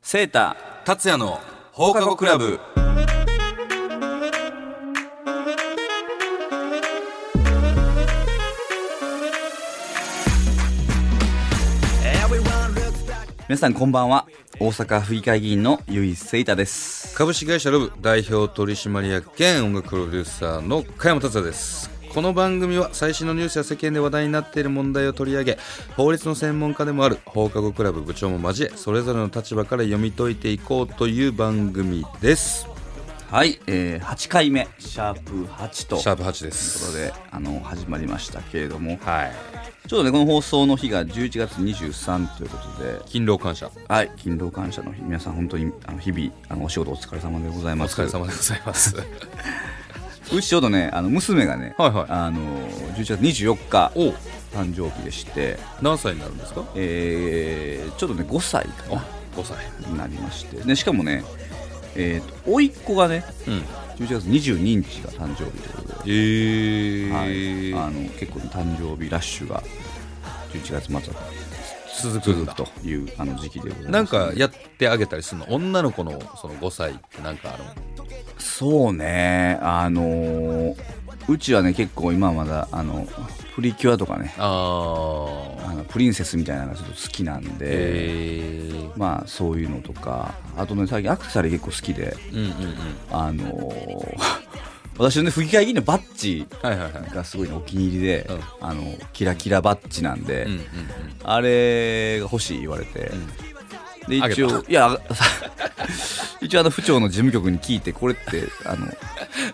セータ達也の放課後クラブ皆さんこんばんは大阪府議会議員のゆいセイタです株式会社ロブ代表取締役兼音楽プロデューサーの加山達也ですこの番組は最新のニュースや世間で話題になっている問題を取り上げ法律の専門家でもある放課後クラブ部長も交えそれぞれの立場から読み解いていこうという番組ですはい、えー、8回目シャープ8とシャープ8でとすいうことであの始まりましたけれどもはいちょうどねこの放送の日が11月23ということで勤労感謝はい勤労感謝の日皆さん本当にあの日々あのお仕事お疲れ様でございおます疲れ様でございますうちちょうどねあの娘がね、はいはいあの11月24日おう誕生日でして、何歳になるんですかえー、ちょっとね5歳かなあ5歳なりましてでしかもねえー、と甥っ子がねうん11月22日が誕生日ということで、えーはい、あの結構、ね、誕生日ラッシュが11月末は続く続んだくというあの時期でございます、なんかやってあげたりするの女の子のその5歳ってなんかあるのそうねあのーうちはね結構今はまだあのプリキュアとかねああのプリンセスみたいなのがちょっと好きなんーで、へえまあそういうのとかあとね最近アクセサリー結構好きでうんうんうんあのー 私のね府議会議員のバッジはいはいはいがすごいねお気に入りで、うあのキラキラバッジなんで、うんうんうんあれが欲しい言われて、んであげた一応いやあ 一応あの府庁の事務局に聞いてこれってあの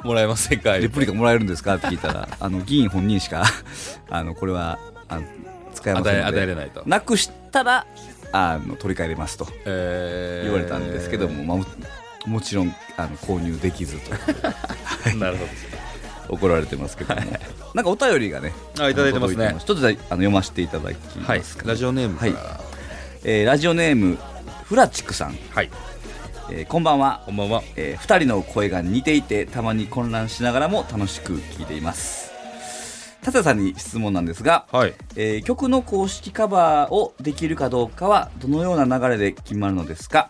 もらえませんかレプリカもらえるんですかって聞いたら あの議員本人しか あのこれはあの使えませんので与え与えれないとなくしたらあの取り替えれますとえー言われたんですけども、まあももちろんあの購入できずとなるほ怒られてますけども、なんかお便りがねどあいただいてます届ねちょっとじゃああの読ませていただきはまいすか、ラジオネームからはえーラジオネームフラチクさん、はいえーこんばんはこんばんはえ2人の声が似ていてたまに混乱しながらも楽しく聴いています達也さんに質問なんですが、はいえー曲の公式カバーをできるかどうかはどのような流れで決まるのですか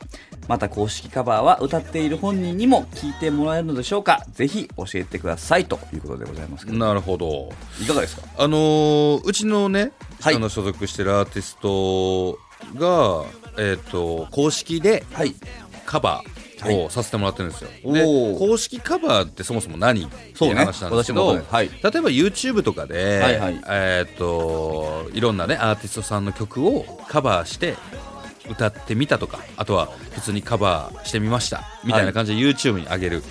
また公式カバーは歌っている本人にも聴いてもらえるのでしょうかぜひ教えてくださいということでございますけどなるほどいかがですかあのーうちのね、はいあの所属してるアーティストがえっ、と公式ではいカバーをさせてもらってるんですよ、おーで公式カバーってそもそも何ってそういうね話なんです私けもど、わかんないはい例えば YouTube とかで、はいはいえー、といろんなねアーティストさんの曲をカバーして歌ってみたとかあとは普通にカバーしてみましたみたいな感じで YouTube に上げる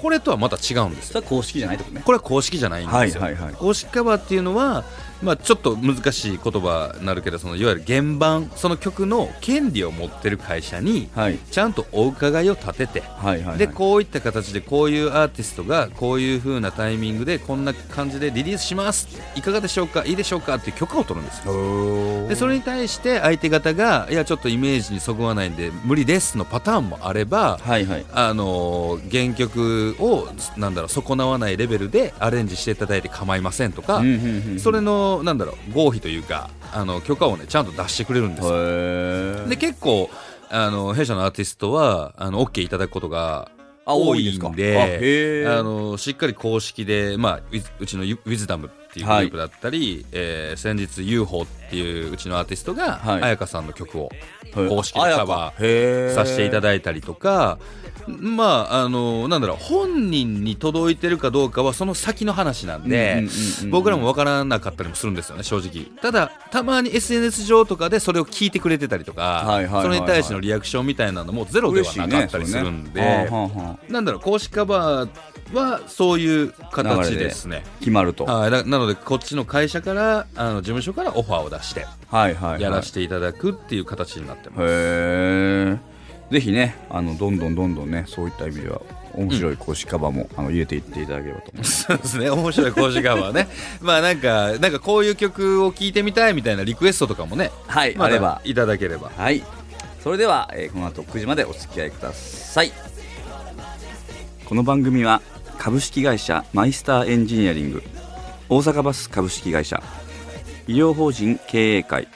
これとはまた違うんですよそれは公式じゃないってことねこれは公式じゃないんですよ、はいはいはい公式カバーっていうのは、まあ、ちょっと難しい言葉になるけどそのいわゆる原版その曲の権利を持ってる会社にはいちゃんとお伺いを立てて、はいはいはいでこういった形でこういうアーティストがこういう風なタイミングでこんな感じでリリースしますいかがでしょうかいいでしょうかっていう許可を取るんですよでそれに対して相手方がいやちょっとイメージにそぐわないんで無理ですのパターンもあれば、はいはいあのー原曲をなんだろう損なわないレベルでアレンジしていただいて構いませんとか、うんうんうんそれのなんだろう合否というかあの許可をねちゃんと出してくれるんですよ。へで結構あの弊社のアーティストはあの OK いただくことがあ多多いいんんでですかあへーあのしっかり公式で、まあ、ウィズうちのウィズダムっていうグループだったり、えー先日 UFO っていううちのアーティストがはい彩香さんの曲をはい公式でカバーさせていただいたりとか、まああのなんだろう本人に届いてるかどうかはその先の話なんで、うんうんうんうん僕らも分からなかったりもするんですよね正直ただたまに SNS 上とかでそれを聞いてくれてたりとはいはいか、はいはいそれに対してのリアクションみたいなのもゼロではなかったりするんで、嬉しいねそれねはあはあはなんだろう公式カバーはそういう形ですね。あ決まるとははい、ななのでこっちの会社からあの事務所からオファーを出していはいはいやらせていただくっていう形になってます。へえぜひねあのどんどんどんどんねそういった意味では面白い公式カバーも、あの入れていっていただければと思いますそうですね面白い公式カバーね まあなんかなんかこういう曲を聴いてみたいみたいなリクエストとかもねはいまだあればいただければはいそれでは、えーこの後9時までお付き合いくださいこの番組は株式会社マイスターエンジニアリング大阪バス株式会社医療法人経営会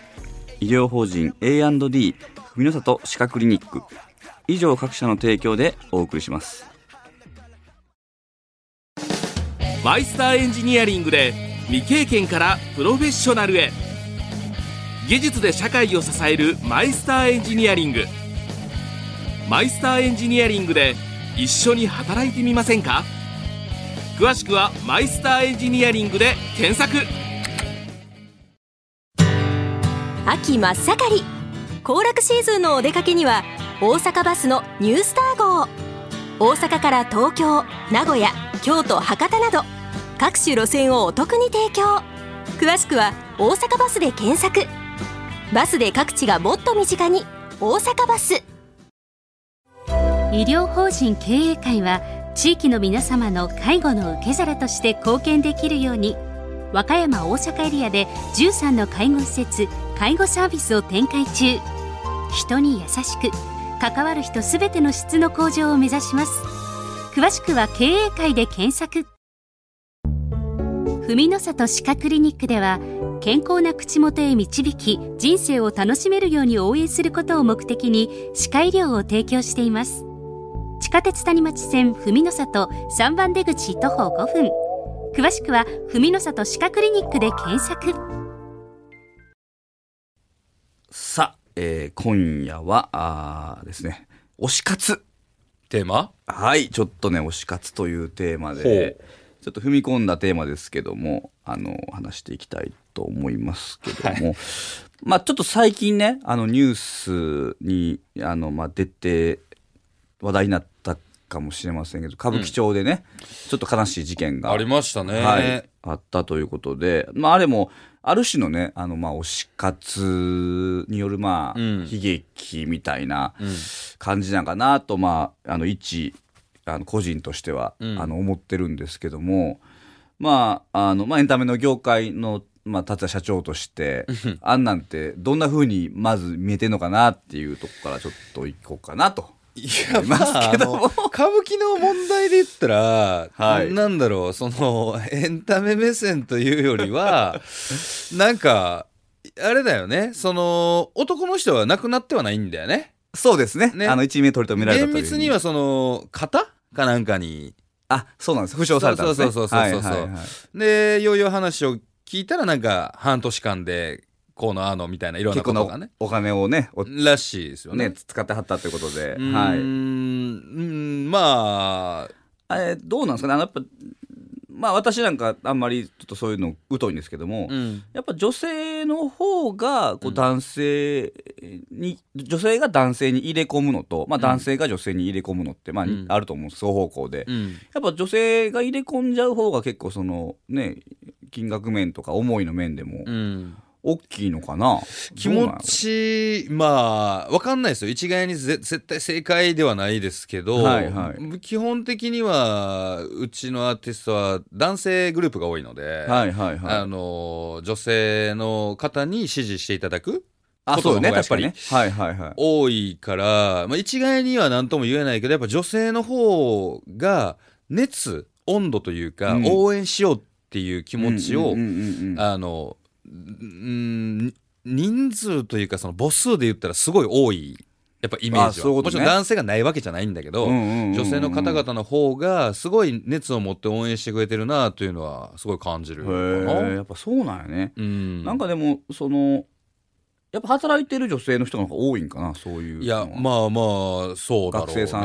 医療法人 A&D 文の里歯科クリニック以上各社の提供でお送りしますマイスターエンジニアリングで未経験からプロフェッショナルへ技術で社会を支えるマイスターエンジニアリングマイスターエンジニアリングで一緒に働いてみませんか詳しくは「マイスターエンジニアリング」で検索秋真っ盛り行楽シーズンのお出かけには大阪バスのニュースター号大阪から東京名古屋京都博多など各種路線をお得に提供詳しくは「大阪バス」で検索バスで各地がもっと身近に「大阪バス」医療法人経営会は地域の皆様の介護の受け皿として貢献できるように和歌山大阪エリアで13の介護施設介護サービスを展開中人に優しく関わる人すべての質の向上を目指します詳しくは経営会で検索文の里歯科クリニックでは健康な口元へ導き人生を楽しめるように応援することを目的に歯科医療を提供しています地下鉄谷町線文の里3番出口徒歩5分詳しくは文の里歯科クリニックで検索さあ、えー今夜はあーですね推し活テーマはいちょっとね推し活というテーマほでうちょっと踏み込んだテーマですけどもあの話していきたいと思いますけども、まあちょっと最近ねあのニュースにあの、まあ、出て話題になったかもしれませんけど歌舞伎町でね、ちょっと悲しい事件がありましたね。はい、あったということで、まあ、あれもある種のねあのまあ推し活によるまあうん悲劇みたいなうん感じなんかなと、まあ、あの一あの個人としては、うんあの思ってるんですけども、まああのまあ、エンタメの業界の、まあ、立田社長としてあんなんてどんなふうにまず見えてんのかなっていうとこからちょっと行こうかなと。いや、まあ、あの歌舞伎の問題で言ったら、はいなんだろう、その、エンタメ目線というより は、なんか、あれだよね、その、男の人は亡くなってはないんだよね。そうですねねあの一命取り留められた厳というふう密には、その、型かなんかに。あそうなんです負傷されたんですねそうそうそうそうそうはいはいはいで、ようよう話を聞いたら、なんか、半年間で、こうのああのみたいな、いろん結構なことのがね。お金をねおらしいですよね。ね使ってはったということで、うーんはうい、んまあ、あれどうなんですかねあのやっぱまあ私なんかあんまりちょっとそういうの疎いんですけども、うんやっぱ女性の方がこううん男性に、女性が男性に入れ込むのと、まあ、男性が女性に入れ込むのって、まあうんあると思うんです双方向で、うんやっぱ女性が入れ込んじゃう方が結構そのね金額面とか思いの面でもうん大きいのかな、気どうなの持ちまあ分かんないですよ一概にぜ絶対正解ではないですけど、はいは基本的にはうちのアーティストは男性グループが多いので、はいはいあはいの女性の方に支持していただくあそうよねことの方が確やっぱかりにねはいはいはい多いから、まあ、一概には何とも言えないけどやっぱ女性の方が熱温度というか、うん応援しようっていう気持ちうを、んうんうんうんあのうん人数というかその母数で言ったらすごい多いやっぱイメーあジそは、ういうこともちねろん男性がないわけじゃないんだけど、うんうんうんうん女性の方々の方がすごい熱を持って応援してくれてるなというのはすごい感じるかへえな。やっぱそうなんやね、うん、なんかでもそのやっぱ働いてる女性の人の方が多いんかなそういういのはやまあまあそうだろう学ね。生さん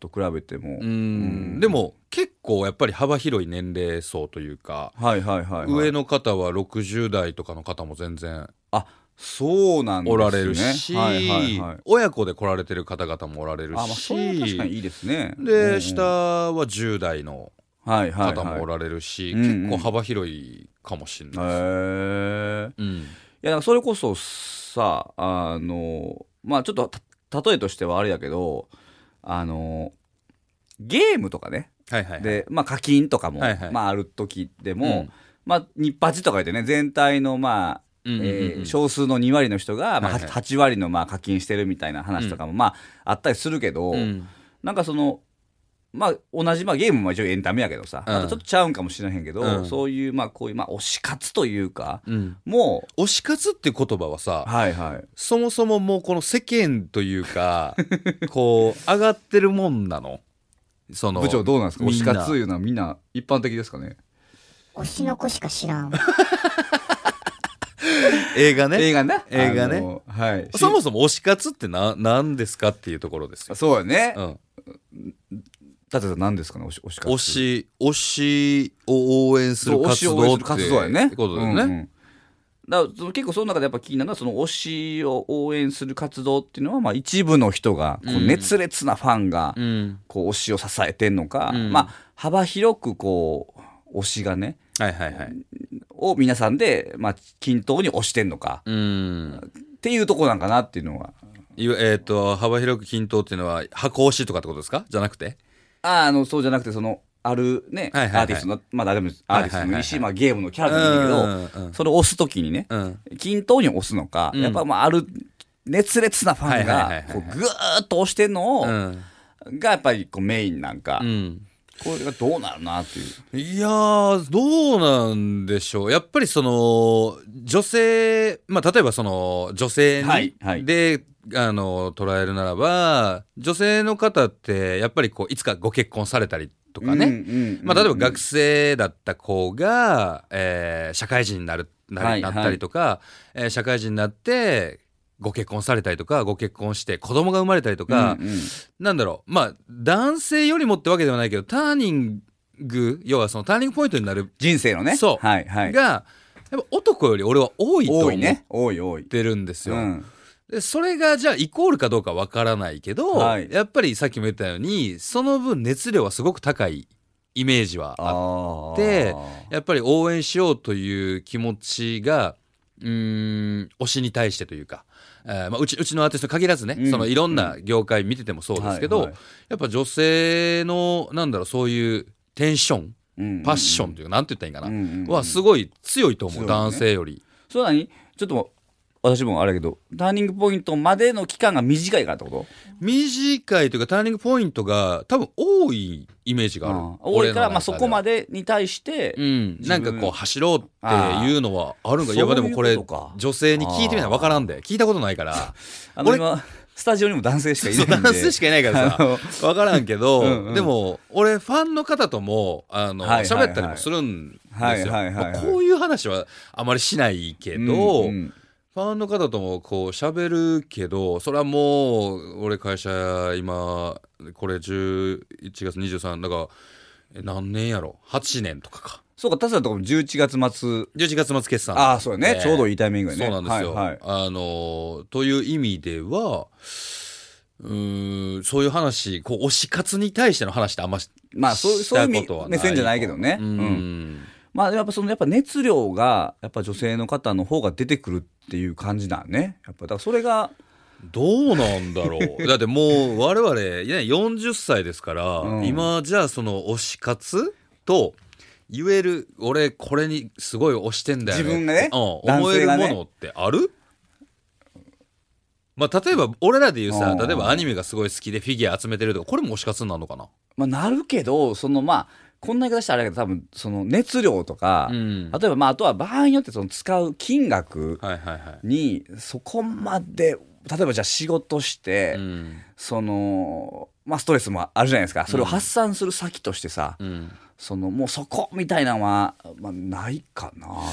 とかと比べても、うん、んでも結構やっぱり幅広い年齢層というか、はいはいはい、はい、上の方は60代とかの方も全然あそうなんですおねられるし、はいはいはい、あ親子で来られてる方々もおられるまあし、それは確かにいいですねうんうんで下は10代のはいはいはい方もおられるし、はいはいうんうん結構幅広いかもしれないです。へえうんいやだからそれこそさあのまあちょっとた例えとしてはあれやけどあのゲームとかねはいはいはいで、まあ、課金とかも、はいはいまあ、ある時でも、うんまあ、日八とか言ってね全体の、まあうんうんうんえー少数の2割の人が、まあ、はいはい8割の、まあ、課金してるみたいな話とかも、まあ、あったりするけど、うんなんかその、まあ、同じ、まあ、ゲームも一応エンタメやけどさ、うんまたちょっとちゃうんかもしれへんけど、うんそういう、まあ、こういう、まあ、推し活というか、うんも推し活っていう言葉はう、さはいはい。そもそももうこの世間とい うかこう上がってるもんなのその部長どうなんですか推し活とみんいうのはみんな一般的ですかね推しの子しか知らんわ。な映画ね映画ね映画ねあのはいそもそも推し活ってな何ですかっていうところですよ、そうやね、うん、だって何ですかね推し推し活推し推しを応援するそう推活しを動って活動やねことだよね、うんうんだからその結構その中でやっぱ気になるのはその推しを応援する活動っていうのはまあ一部の人がこううん熱烈なファンがうんこう推しを支えてんのか、うんまあ幅広くこう推しがねはいはいはいを皆さんでまあ均等に推してんのかうんっていうとこなんかなっていうのは。いわえっ、と幅広く均等っていうのは箱推しとかってことですかじゃなくてあーあのそうじゃなくてそのあるね、はいはいはいアーティストのまあ誰もアーティストもいいし、はいまあ、ゲームのキャラでもいいけど、うんうんそれを押す時にね、うん均等に押すのか、うんやっぱまあある熱烈なファンはいはいがはいこはういぐーっと押してんのを、うんがやっぱりこうメインなんか、うんこれがどうなるなっていう。いやーどうなんでしょうやっぱりその女性、まあ、例えばその女性に、はいはいであの捉えるならば女性の方ってやっぱりこういつかご結婚されたりとかね、うんうんうんまあ、例えば学生だった子が、えー社会人になるなはいりなったりとか、えー社会人になってご結婚されたりとかご結婚して子供が生まれたりとか、うんうんなんだろうまあ男性よりもってわけではないけどターニング要はそのターニングポイントになる人生のね、そうはいはい、が、やっぱ男より俺は多いと多思いっね、多い多い。てるんですよ。うんでそれがじゃあイコールかどうかわからないけど、はいやっぱりさっきも言ったようにその分熱量はすごく高いイメージはあっあでーやっぱり応援しようという気持ちが、うーん、推しに対してというか、えーまあ、うちうちのアーティストに限らずね、うんそのいろんな業界見ててもそうですけど、はいはいやっぱ女性の、なんだろう、そういうテンション、うんうんパッションというか、なんて言ったらいいかな、うんうんうんはすごい強いと思強う、いね男性より。そうなにちょっと私もあれやけどターニングポイントまでの期間が短いからってこと短いというか、ターニングポイントが多分多いイメージがある。うん多いから、俺の中ではまあ、そこま。でに対して、うん、なんか自こ分う走ろうっていうのはあるんかあーいやまあでもこれそういうことか女性に聞いてみないわからんで聞いたことないからあの俺今スタジオにも男性し かいそうないんで男性しかいないか らあのさ分からんけどうんうんでも俺ファンの方ともあのはいはいはい喋ったりもするんですよ、はいはいはいはいまあこういう話はあまりしないけど、うんうんファンの方ともこう喋るけどそれはもう俺会社今これ11月23だからえ何年やろ8年とかかそうか、田さんとかも11月末。 11月末決算ああ、そうやね、ちょうどいいいタイミングやね。そうなんですよ。はいはいあのーという意味では、うーん、そういう話、こう推し活に対しての話ってあんましまあ、そうしそういたうこみとは目線じゃないけどね。ううんんまあ、やっぱその、やっぱ熱量が、やっぱ女性の方の方が出てくるっていう感じだね。やっぱ、だからそれが、どうなんだろ う。だってもう我々、ね、40歳ですから、うん今じゃあその推し活と、言える俺これにすごい推してんだよね自分がねうん、思男え性るがねものってあるまあ例えば俺らで言うさうん例えばアニメがすごい好きでフィギュア集めてるとかこれも推し活になるのかなまあ、なるけど、その、まあ、こんな言い方したらあれだけど、多分、その熱量とか、うん例えば、まあ、あとは場合によって、その使う金額はいはいはい。に、そこまで、例えばじゃあ仕事して、うんその、まあ、ストレスもあるじゃないですか。それを発散する先としてさ、うん、そのもうそこみたいなのは、まあ、ないかな確か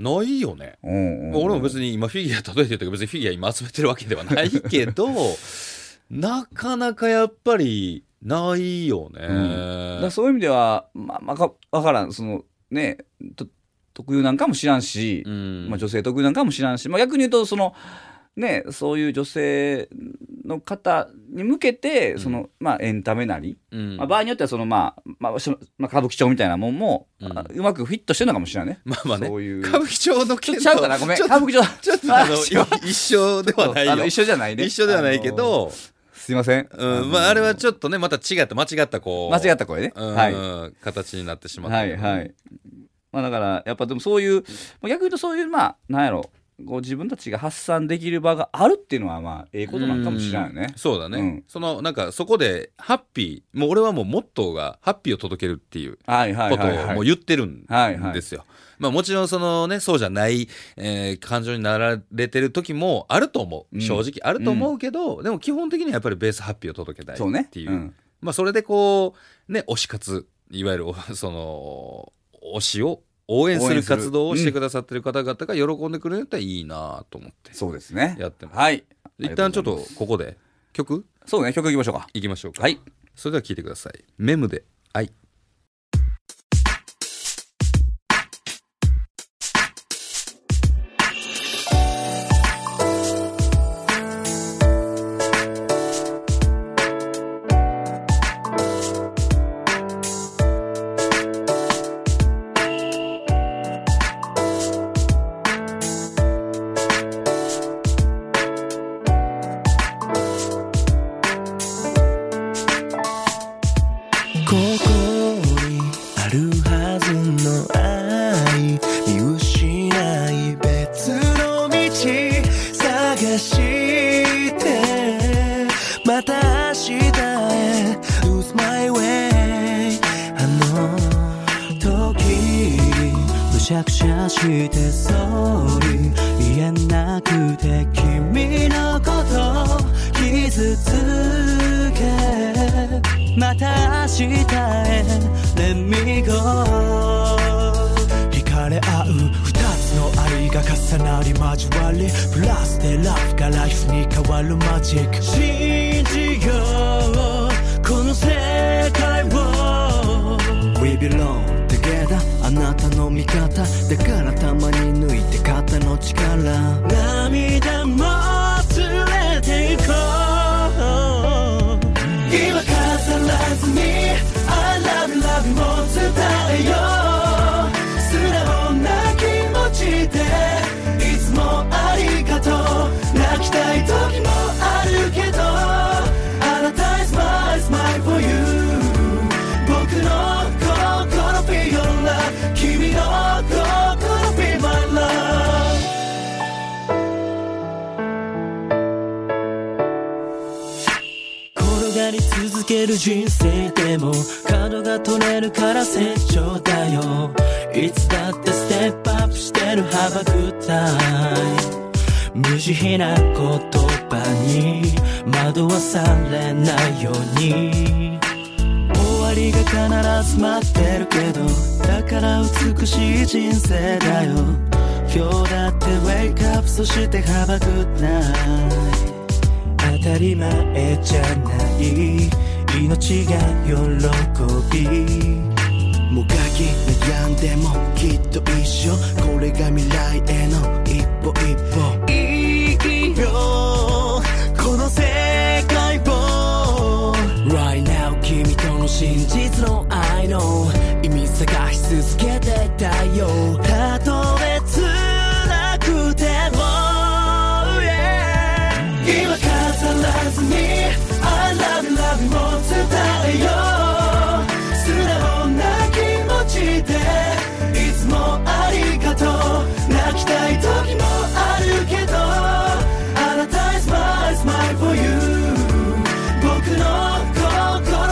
ないよね。に、うんうん、俺も別に今フィギュア例えてるけど別にフィギュア今集めてるわけではないけ どなかなかやっぱりないよね。だからそういう意味ではまあまあかわからんそのねと特有なんかも知らんし、うんまあ、女性特有なんかも知らんし、まあ、逆に言うとそのねそういう女性の方に向けてその、まあエンタメなり、うんまあ、場合によってはそのまあ、まあ、しまあ歌舞伎町みたいなもんも、ううんうまくフィットしてるのかもしれないね。まあまあねそういう歌舞伎町のちょっ件とちゃうかなごめんちょっと歌舞伎町ちょっとあの話は一緒ではないあのよ。一緒じゃないね一緒ではないけあのど、すいません、うんまあ、あれはちちょっとねまた違った間違ったこう間違った声ね、うんはい形になってしまったはけいどはい。まあだからやっぱでもそういうまあ逆に言うとそういうまあなんやろこう自分たちが発散できる場があるっていうのはまあええことなんかもしれないよねうん。そうだね、うんそのなんかそこでハッピーもう俺はもうモットーがハッピーを届けるっていうはいはいことはいをもうはい。言ってるんですよ。はいはいまあ、もちろんその、ね、そうじゃない、えー感情になられてる時もあると思う、うん正直あると思うけど、でも基本的にはやっぱりベースハッピーを届けたいそうねっ。ていううそ,、んまあ、それでこう、ね、推し活いわゆる おその推しを応援す応援るする活動をしてくださってる方々が喜んでくれるといいなと思ってそうですね。やってます。はい。一旦ちょっありがうございとますここで曲そうね曲いきましょうか。いきましょうかはい。それでは聴いてくださいメムで愛ここにあるはずの愛見失い別の道探してまた明日へ Lose my way あの時むしゃくしゃしてソーリー言えなくて君のこと傷つけまた明日へ Let me go 惹かれ合う二つの愛が重なり交わりプラスでラフがライフに変わるマジック信じようこの世界を We belong together あなたの味方だからたまに抜いて肩の力涙も連れて行こう今飾らずに I love you love you も伝えよう素直な気持ちでいつもありがとう泣きたい時もあるけどあなた is my is my for you 僕の心 Be your love 君の心 Be my love 転がり続ける人生でも角が取れるから成長だよいつだってステップアップしてる幅ぐったい無慈悲な言葉に惑わされないように終わりが必ず待ってるけどだから美しい人生だよ今日だって Wake up そして Have a good night 当たり前じゃない命が喜びもがき悩んでもきっと一緒これが未来への一歩一歩いいよこの世界を Right now 君との真実の愛の意味探し続けていたよたとえ辛くても、yeah 今飾らずに I love you love you も伝えよう素直な気持ちでいつもありがとう泣きたい時もあるけどあなた is my is my for you 僕の心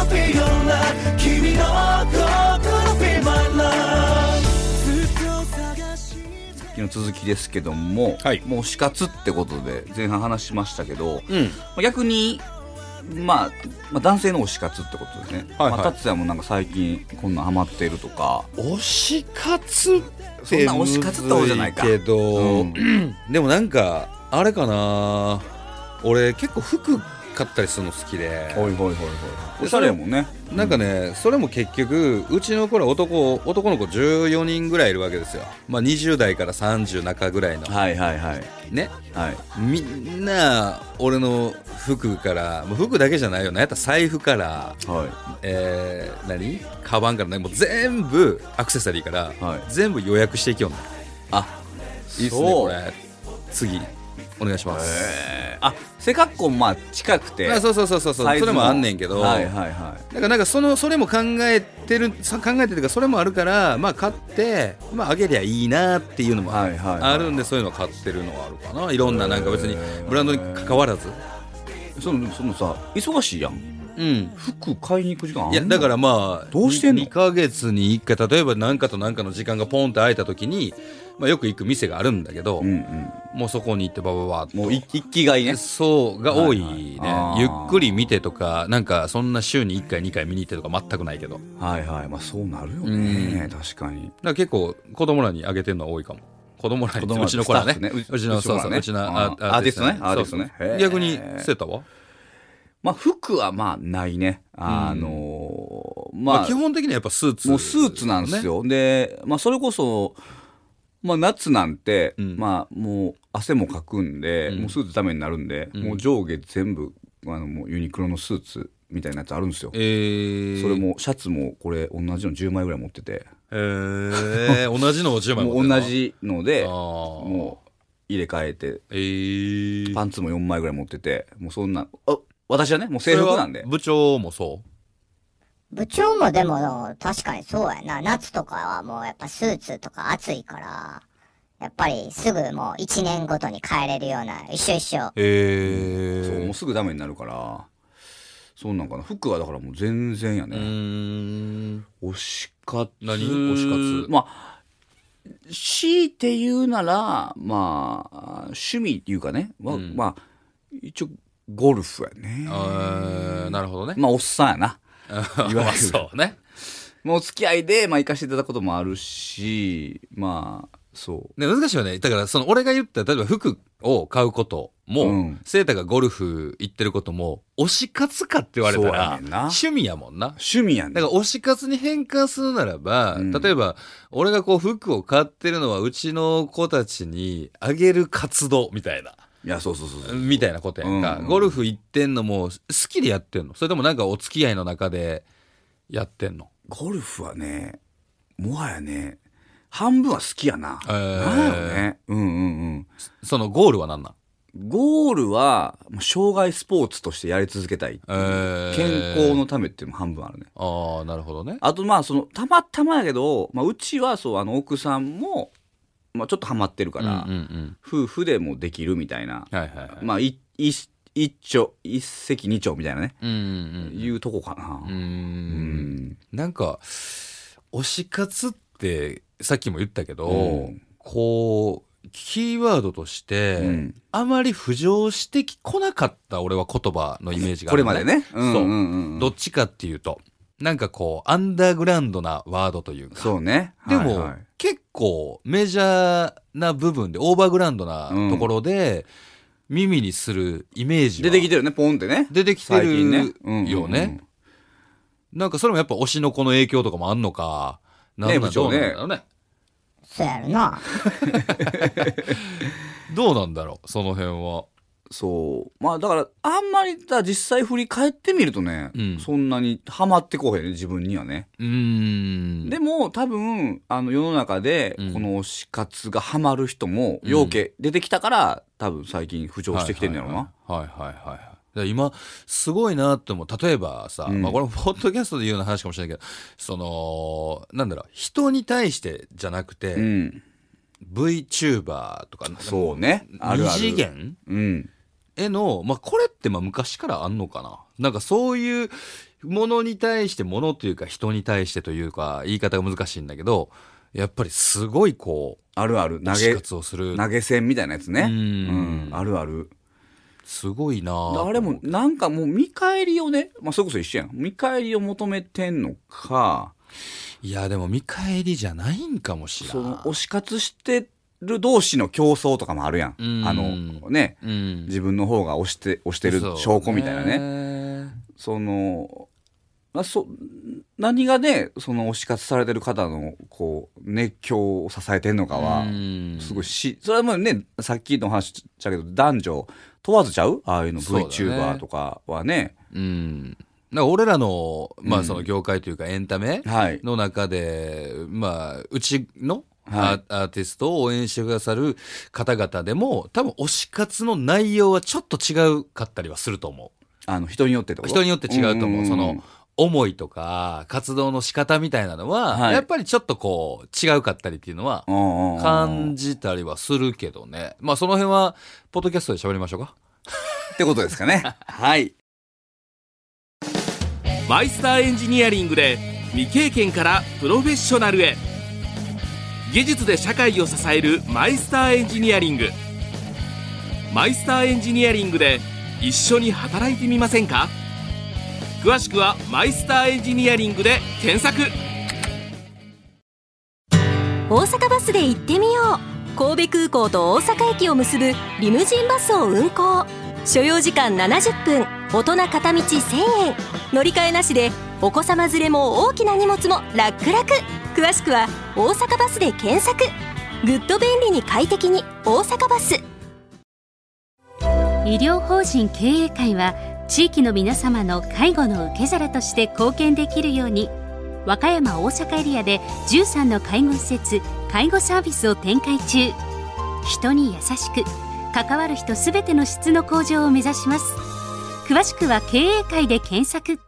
Be your love 君の心 Be my love ずっと探してさっきの続きですけども、はいもう死活ってことで前半話しましたけど、うんまあ逆に、まあ、まあ男性の推し活ってことですね、はいはいまあ、達也もなんか最近こんなんハマってるとか推し活そんな推し活ってことじゃないかけど、うんでもなんかあれかな俺結構服買ったりするの好きでいほいほいほいおしゃれやもんねなんかね、それも結局うちの頃男男の子14人ぐらいいるわけですよ、まあ、20代から30中ぐらいのはいはいはいねはいみんな俺の服からもう服だけじゃないよねやったら財布からはえー、何カバンからねもう全部アクセサリーから、はい全部予約していきよんねあいいっすねそうこれ次お願いします。あ背格好もまあ近くてあそうそうそうそうそうサイズそれもあんねんけど、はいはいはだからなんかそのそれも考えてるさ考えてるというかそれもあるからまあ買ってまああげりゃいいなっていうのもあはいはいはいあるんでそういうのを買ってるのはあるかないろんななんか別にブランドに関わらずいそのそのさ忙しいやんうん服買いに行く時間あんのいやだからまあどうしてんの2ヶ月に1回例えば何かと何かの時間がポンって空いた時に、まあ、よく行く店があるんだけど、うんうんもうそこに行ってバババーっともう一一気買いねそうが多いね、はいはいゆあーっくり見てとかなんかそんな週に1回2回見に行ってとか全くないけどだかはいはいまあそうなるよね確かにら結構子供らにあげてるのは多いかも子供らに子供らうちの子らねスタッフねううちのうちのそう子らそう、ねうちのあーアーティストねそうそうへー逆にセータは、まあ服はまあないねあのーまあまあ基本的にはやっぱスーツ、もうスーツなんですよ、で、まあ、それこそ、まあ、夏なんて、うんまあ、もう汗もかくんで、うんもうスーツダメになるんで、うんもう上下全部あのもうユニクロのスーツみたいなやつあるんですよえ、ー、それもシャツもこれ同じの10枚ぐらい持っててえ ー、同じのを10枚持っもてうんの同じのであーもう入れ替えてえー、パンツも4枚ぐらい持っててもうそんなあ私はねもう制服なんそでれは部長もそう部長もでも、確かにそうやな。夏とかはもうやっぱスーツとか暑いから、やっぱりすぐもう1年ごとに変えれるような、一緒一緒。えそうー、もうすぐダメになるからそうなんかな服はだからもう全然やね、うーん推し活何推し活まあ強いて言うならまあ趣味っていうかね、まあんまあ一応ゴルフやねあーなるほどねまあおっさんやな、いわゆる まあそうねまあ、お付き合いで、まあ、行かせていただくこともあるしまあそうね、難しいよね。だから、その、俺が言った、例えば服を買うことも、うんセータがゴルフ行ってることも、推し活かって言われたそうやらねんな、趣味やもんな。趣味やねだから推し活に変換するならば、ん例えば、俺がこう服を買ってるのは、うちの子たちにあげる活動みたいな、いやそうそうそうそうみたいなことやんか。うんゴルフ行ってんのも、好きでやってんのそれともなんかお付き合いの中でやってんのゴルフはねもはやね半分は好きやな、えーなんやろねうんうんうんそのゴールは何なんゴールはもう障害スポーツとしてやり続けたいっていうえー健康のためっていうのも半分あるね。ああ、なるほどね。あとまあそのたまたまやけど、まあ、うちはそうあの奥さんも、まあ、ちょっとハマってるかうんうんら、うん。夫婦でもできるみたいな、はいはいはい。まあいい一丁一石二鳥みたいなね、うんうんいうとこかなうん。う。うんんなんか推し活ってさっきも言ったけど、うんこうキーワードとして、うんあまり浮上してきこなかった俺は言葉のイメージがあこるれのまでね。うんそう、うんうんうんどっちかっていうとなんかこうアンダーグラウンドなワードというかそうね。ではも、いはい結構メジャーな部分でオーバーグラウンドなところで、耳にするイメージは出てきてるねポンってね。出てきてる最近ねうんよねうんうんなんかそれもやっぱ推しの子の影響とかもあんのか。なんねな部長ねどうなんだろうね。そうやろな。どうなんだろう、その辺は。そうまあだからあんまりだ実際振り返ってみるとね、うんそんなにハマってこへんね自分にはね、うーん。でも多分あの世の中でうんこの推し活がハマる人もうんようけ出てきたから多分最近浮上してきてんだろうな、はいはいはいはいはいはい。だから今、すごいなって思う。例えばさ、うんまあこれもポッドキャストで言うような話かもしれないけど、その、なんだろう、人に対してじゃなくて、うん VTuber とか、そうねあるある二次元うんへの、まあ、これってまあ昔からあんのかななんかそういうものに対して、ものというか人に対してというか、言い方が難しいんだけど、やっぱりすごいこあるあるう、投死げ活をする。投げ銭みたいなやつねうんうんあるあるすごいなぁあれもなんかもう見返りをね、まあ、それこそ一緒やん見返りを求めてんのかいや、でも見返りじゃないんかもしれない。その推し活してる同士の競争とかもあるやん、うんあのねうん。自分の方が押して押してるそう証拠みたいなねそね。の、まあ、そ何がねその推し活されてる方のこう熱狂を支えてるのかはうんすごいしそれはもうねさっきの話ちゃうけど男女問わずちゃうああいうのそうだね VTuber とかはねうん。なんか俺らの、まうあんその業界というかエンタメはいの中で、まあ、うちの、はアアーティストを応援してくださる方々でも、多分推し活の内容はちょっと違うかったりはすると思あの人によってってこう。と人によって違うと思う。んんんその、思いとか、活動の仕方みたいなのは、はいやっぱりちょっとこう、違うかったりっていうのはう、んうんうん感じたりはするけどね。まあその辺は、ポッドキャストで喋りましょうか。ってことですか ねはいマイスターエンジニアリングで未経験からプロフェッショナルへ技術で社会を支えるマイスターエンジニアリングマイスターエンジニアリングで一緒に働いてみませんか詳しくは「マイスターエンジニアリング」で検索大阪バスで行ってみよう神戸空港と大阪駅を結ぶリムジンバスを運行所要時間70分大人片道1000円乗り換えなしでお子様連れも大きな荷物もラックラク詳しくは「大阪バス」で検索グッド便利に快適に大阪バス医療法人経営会は地域の皆様の介護の受け皿として貢献できるように和歌山大阪エリアで13の介護施設介護サービスを展開中人に優しく関わる人すべての質の向上を目指します詳しくは経営会で検索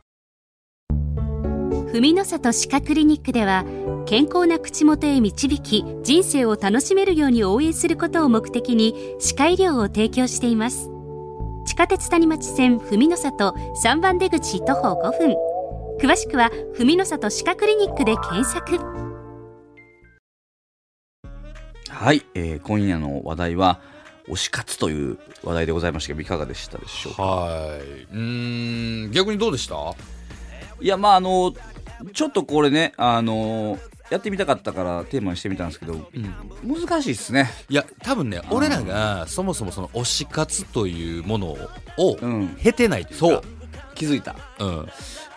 ふみの里歯科クリニックでは健康な口元へ導き人生を楽しめるように応援することを目的に歯科医療を提供しています地下鉄谷町線文の里3番出口徒歩5分詳しくは文の里歯科クリニックで検索はい、えー今夜の話題は推し活という話題でございましたけどいかがでしたでしょうかはい。うーん、逆にどうでしたいやまああのちょっとこれねあのやってみたかったからテーマにしてみたんですけど、難しいですねいや多分ね俺らがそもそもその推し活というものをうん経てないというか、気づいたうんう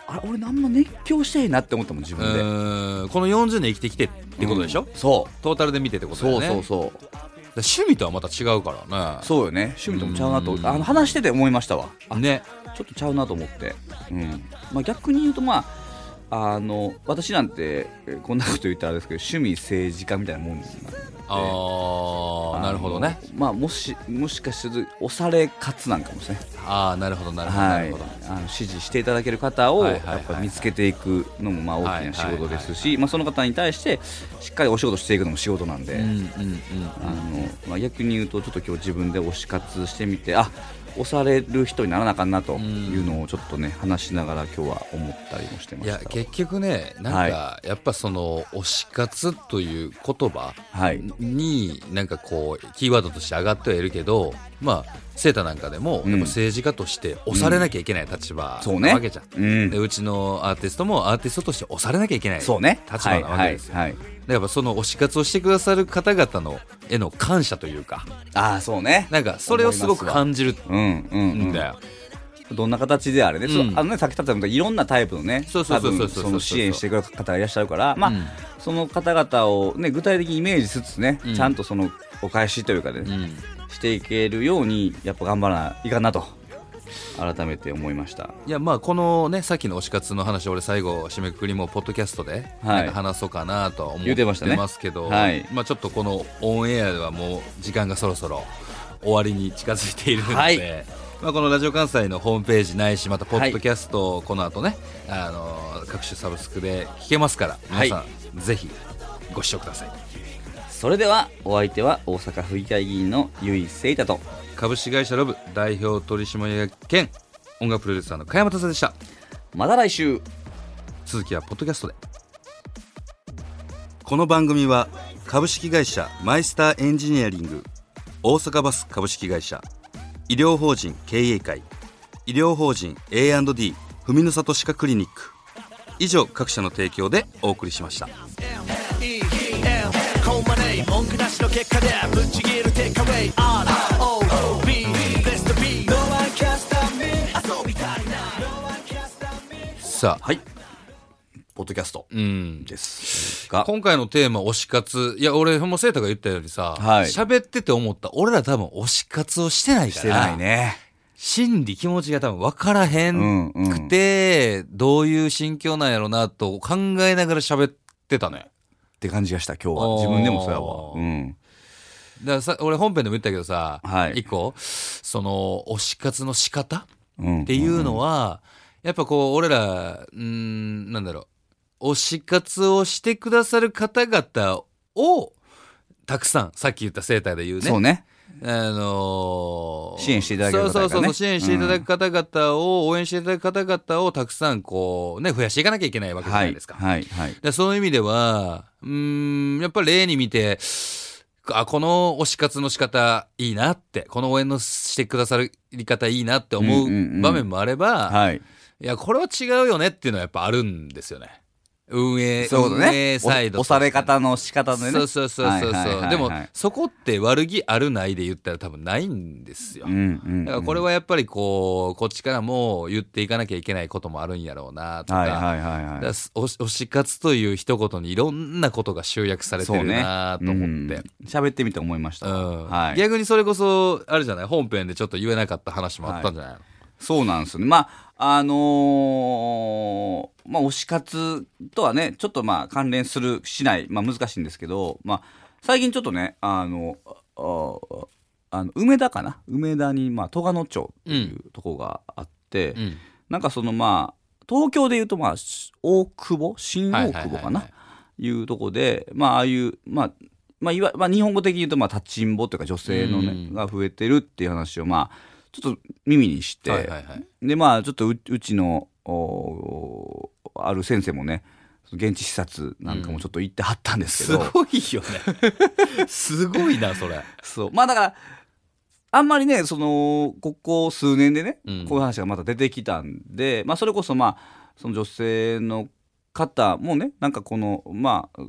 あれ俺何も熱狂していなって思ったもん自分で、ーんこの40年生きてきてってことでしょ、そトータルで見てってこうとそだようねそうそうだから趣味とはまた違うからねそうよね趣味ともちゃうなとうんあの話してて思いましたわあねちょっとちゃうなと思って、うんまあ、逆に言うとまああの私なんてえーこんなこと言ったらあれですけど趣味政治家みたいなもんなんであーなるほどねあのまあもしもしかすると押され活なんかもしれないああなるほどなるほど、はないるほど、あの支持していただける方をはいやはいはいっぱ見つけていくのもまあ大きな仕事ですはいはいはいし、まあ、その方に対してしっかりお仕事していくのも仕事なんで、うんうんうんあのまあ、逆に言うとちょっと今日自分で推し活してみてあ押される人にならなあかんなというのをちょっとね話しながら今日は思ったりもしてまいしやた結局ねなんかやっぱその推し活という言葉はいになんかこうキーワードとして上がってはいるけどまあセータなんかでもうんやっぱ政治家として押されなきゃいけない立場そうなねわけじゃん、うでんうちのアーティストもアーティストとして押されなきゃいけない立そ場うねなわけですよ、はいはいはい、でやっぱその推し活をしてくださる方々のへの感謝というかああそうねなんかそれをすごく感じるうんうんうんんだよ、どんな形であれね、そううんあのね、さっき言ったみたいにいろんなタイプのね、そうそうそうそうそう多分その支援してくれる方がいらっしゃるから、まあ、うんその方々をね、具体的にイメージしつつね、うんちゃんとそのお返しというかね、うんしていけるように、やっぱ頑張らないかんなと、改めて思いました。いやまあこのねさっきの推し活の話俺最後締めくくりもポッドキャストではいなんか話そうかなとは思っ言うててましたねますけど、はいまあちょっとこのオンエアではもう時間がそろそろ終わりに近づいているので、はいまあこのラジオ関西のホームページないしまたポッドキャストこの後ね、あの各種サブスクで聞けますから皆さん、はぜひご視聴くださいそれでは、お相手は大阪府議会議員の由井聖太と、株式会社ロブ代表取締役兼音楽プロデューサーの加山達也でしたまた来週続きはポッドキャストでこの番組は株式会社マイスターエンジニアリング大阪バス株式会社医療法人経営会医療法人 A&D 文の里歯科クリニック以上各社の提供でお送りしました EM コンマネイ文句なしの結果でぶっちぎるテイクアウェイ ROB ベスト B No one can stop me 遊びたいなさあはい。ポッドキャストうんですが、今回のテーマ推し活いや俺もセイタが言ったよりさはい喋、ってて思った俺ら多分推し活をしてないからしてないね。心理気持ちが多分分からへうんんうんくて、どういう心境なんやろうなと考えながら喋ってたね。って感じがした今日は自分でもそうやわあーうんだからさ、俺本編でも言ったけどさ、はい一個、その、推し活の仕方うんっていうのは、やっぱこう、俺ら、うーん、なんだろう、推し活をしてくださる方々を、たくさん、さっき言った生態で言うね。そうねあのー支援していただける方々ねそうそうそうそう、支援していただく方々を、応援していただく方々をたくさんこう、ね、増やしていかなきゃいけないわけじゃはないいですか。はいはいでその意味では、うーん、やっぱり例に見て、あ、この推し活の仕方いいなって、この応援のしてくださるり方いいなって思んうんううんう場面もあれば、はいいや、これは違うよねっていうのはやっぱあるんですよね。運営、そういうこと運営ねサイドおと押され方の仕方でねそうそうそうそうはいはいはいそはう。いでも、そこって悪気あるないで言ったら多分ないんですよ。うんうんうんだからこれはやっぱりこう、こっちからも言っていかなきゃいけないこともあるんやろうなとか、はいはいはいはいだからす推し推し活という一言にいろんなことが集約されてそうるねなと思って。うん喋ってみて思いましたうんはい逆にそれこそ、あるじゃない、本編でちょっと言えなかった話もあったんじゃないの、そうなんですよね。まあ、あのーまあ、推し活とはね、ちょっとまあ、関連する、しない、まあ、難しいんですけど、まあ、最近ちょっとね、あの、ああの梅田かな梅田に、まあ、戸賀野町っていうとこがあって、うんなんかそのまあ、東京で言うとまあ、し大久保新大久保はいかはいはいはないうとこで、まあ、ああいう、まあ、まあ、いわまあ、日本語的に言うと、まあ、立ちんぼというか、女性のね、うんが増えてるっていう話を、まあ、ちょっと耳にして、はいはいはいでまあちょっとううちのおーある先生もね現地視察なんかもちょっと行ってはったんですけすど、ごいよね。すごいな、それ。そうまあだからあんまりねそのここ数年でね、うんこういう話がまた出てきたんで、まあ、それこそまあその女性の方もねなんかこのまあ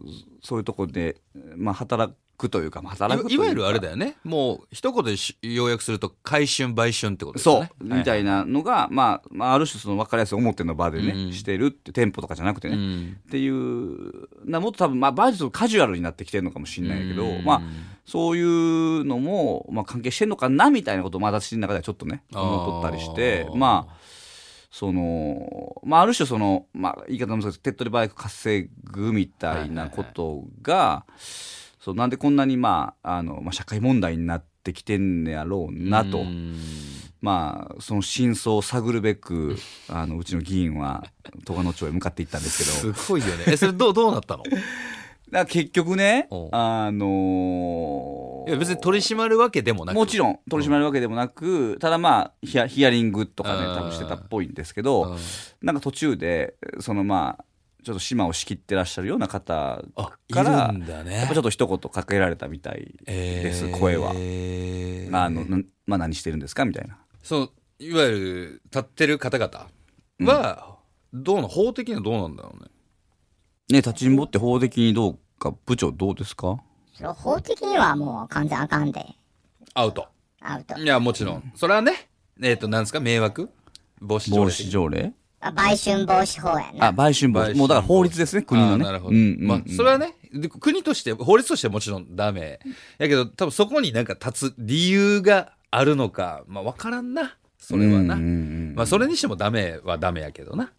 そういうとこで、まあ、働くというかまあ働くといいうかわゆるあれだよね。もう、一言でし要約すると、回春、売春ってことですよそね。う、みたいなのが、まあ、まあ、ある種その分かりやすい表の場でね、うんしてるって店舗とかじゃなくてね、うんっていうなもっと多分まあバージョンカジュアルになってきてるのかもしれないけど、うんまあそういうのも、まあ、関係してんのかなみたいなことを、まあ、私の中ではちょっとねあー思っとったりしてまあそのまあある種その、まあ、言い方もそうですけど手っ取り早く稼ぐみたいなことが、そうなんでこんなに、まああのまあ、社会問題になってきてんねやろうなと。うんまあ、その真相を探るべ くあのうちの議員は戸賀野町へ向かっていったんですけどすごいよね。え、そ れどう、どうなったのだから結局ねうん、あのーいや、別に取り締まるわけでもなく。もちろん取り締まるわけでもなく、ただまあヒアヒアリングとかねあー多分してたっぽいんですけど、うんなんか途中でそのまあちょっと島を仕切ってらっしゃるような方あ、いからるんだね。やっぱちょっと一言かけられたみたいです、えー声は。えーあのなまあ、何してるんですかみたいな。その、いわゆる、立ってる方々は、どうなの法的にはどうなんだろうね。ね立ちんぼって法的にどうか部長どうですかそれ法的にはもう完全あかんで、アウト。アウト。いや、もちろん。それはね、えっ、と、なんですか、迷惑防止条防例止条例あ買春防止法やあな。売春防売止春もうだから法律ですね国のね。あーなるほど。うんうんうんまあ、それはね、で国として、法律としてはもちろんダメ。やけど、多分そこになんか立つ理由があるのか、まあ、わからんな。それはな。うんうんうんまあ、それにしてもダメはダメやけどな。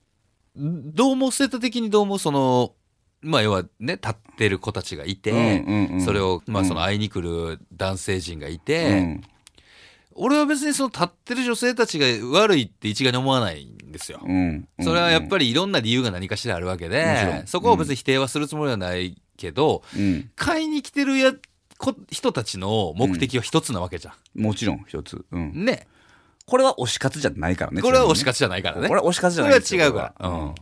どうも、生徒的にどうも、その、まあ、要はね、立ってる子たちがいて、うんうんうんそれを、まあ、その、会いに来る男性陣がいて、うん俺は別にその立ってる女性たちが悪いって一概に思わないんですよ。うんうんそれはやっぱりいろんな理由が何かしらあるわけもちろで、んそこを別に否定はするつもりはないけど、うん買いに来てるやこ人たちの目的は一つなわけじゃもちろん一つ、うん、ん。ね。これは推し活じゃないからねこれは推しちな活じゃないからみにねね。これは推し活じそゃれないはですよ違うから。うん。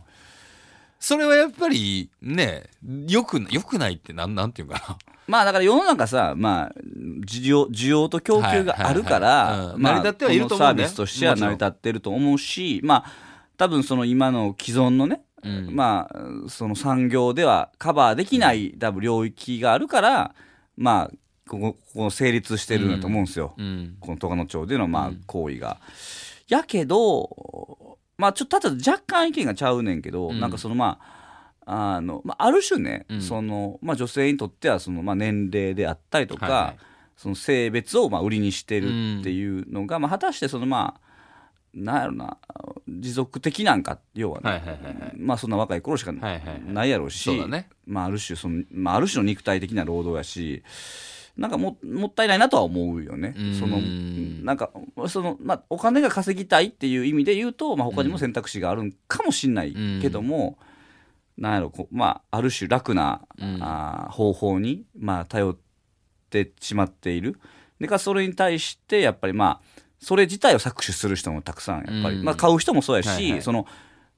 それはやっぱりね、よくな、よくないってなん、なんていうかまあだから世の中さまあ需要需要と供給があるかはいはいはいらうんまあ成り立ってはいると思このうんだよサービスとしては成り立ってると思うしまあ多分その今の既存のね、な。うんまあその産業ではカバーできない多分領域があるから、まあここここ成立してるんだと思うんですよ、うん。この戸賀野町でのまあ行為が。やけどまあちょっとただ若干意見がちゃうねんけど、うんなんかそのまああのまあ、ある種ね、うんそのまあ、女性にとってはその、まあ、年齢であったりとか、はいはいその性別をまあ売りにしてるっていうのが、まあ、果たしてそのまあなんやろな持続的なんか要はね、はいはいはいはいまあそんな若い頃しかな,、はいはいはいいやろうしそうだねまあ、ある種その、まあ、ある種の肉体的な労働やしなんかももったいないなとは思うよねうんそのなんかその、まあ、お金が稼ぎたいっていう意味で言うと、まあ、他にも選択肢があるんかもしんないけども、なんやろこう、まあ、ある種楽な、うんあー方法に、まあ、頼ってしまっているでかそれに対してやっぱりまあそれ自体を搾取する人もたくさんやっぱり、うんまあ、買う人もそうやし、はいはいその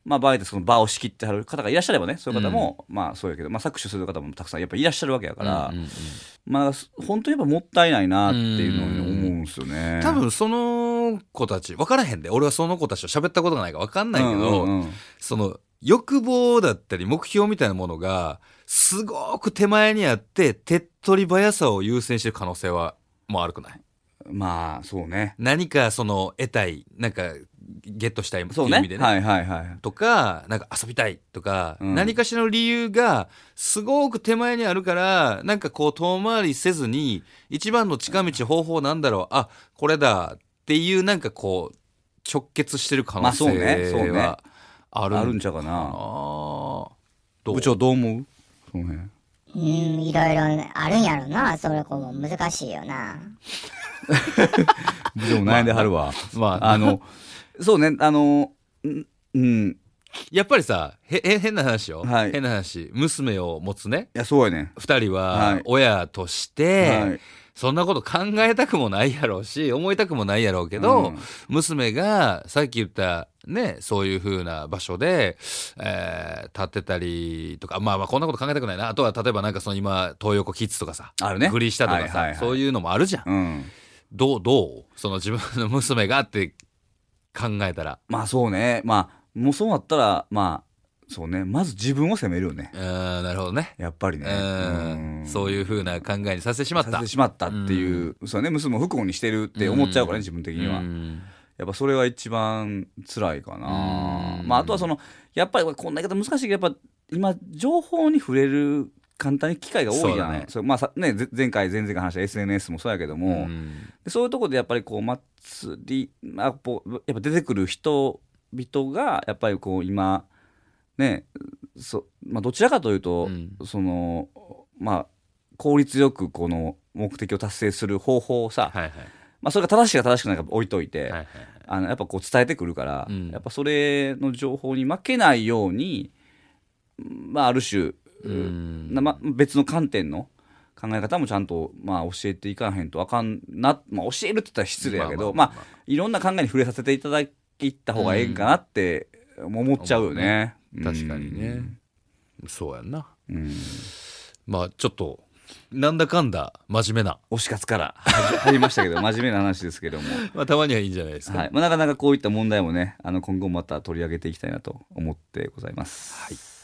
まあ、場合でその場を仕切ってはる方がいらっしゃればねそういう方も、まあそうやけど、まあ、搾取する方もたくさんやっぱりいらっしゃるわけやから、うんうんうんまあ本当にやっぱもったいないなっていうのを思うんですよね。多分その子たち分からへんで俺はその子たちと喋ったことがないから分かんないけうど、んうんうんその欲望だったり目標みたいなものがすごく手前にあって手っ取り早さを優先してる可能性はもう悪くないまあそうね。何かその得たいなんかゲットしたいっていそうう意ね味でねはいはいはい。とかなんか遊びたいとか、うん何かしらの理由がすごく手前にあるからなんかこう遠回りせずに一番の近道方法なんだろうあこれだっていうなんかこう直結してる可能性まあそうねそうねはあるあるんんちゃうかあな。ーどう部長どう思うその辺うん、いろいろねあるんやろな。それこも難しいよな。部長も悩んではるわ。まあ あの、そうね、あの、んうん、いやっぱりさへへ変な話よ、はい変な話娘を持つねや、そうやね。 2人ははい親として、はいそんなこと考えたくもないやろうし思いたくもないやろうけうど、ん娘がさっき言ったねそういう風な場所で、えー立ってたりとかまあまあこんなこと考えたくないなあとは例えばなんかその今東横キッズとかさあるねグリしたとかさ、はいはいはいそういうのもあるじゃん。うん。どうどうその自分の娘がって考えたら。まあそうね、まあ、もうそうなったら、まあ、そうね、まず自分を責めるよねう。ーんなるほどね。やっぱりうね。ーんそうういう風な考えにさせてしまっん。さた。せてしまったっていう、そうね、娘を不幸にしてるって思っちゃうからね、自分的には。うんやっぱそれが一番辛いかなう。んまあ、あとはその、やっぱりこんな言い方難しいけど、やっぱ今、情報に触れる簡単に機会が多いじゃそうだない。ねそうまあさね、ぜ前回、前々回話した SNS もそうやけども、うんでそういうところでやっぱりこう祭り、まあ、こうやっぱ出てくる人々がやっぱりこう今ねそ、まあ、どちらかというと、うんそのまあ効率よくこの目的を達成する方法をさ、はいはいまあ、それが正しいか正しくないか置いといて、はいはいあのやっぱこう伝えてくるから、うんやっぱそれの情報に負けないように、まあ、ある種、うんなま、別の観点の考え方もちゃんと、まあ、教えていかへんとあかんな、まあ、教えるって言ったら失礼やけど、ままああまあまあいろんな考えに触れさせていただいた方がええんかなって思っちゃうよね。確かにね。そうやんな。うん。うんまあちょっとなんだかんだ真面目な、推し活から 始入りましたけど真面目な話ですけども、まあ、たまにはいいんじゃないですか、はいまあ、なかなかこういった問題もねあの今後また取り上げていきたいなと思ってございます。はい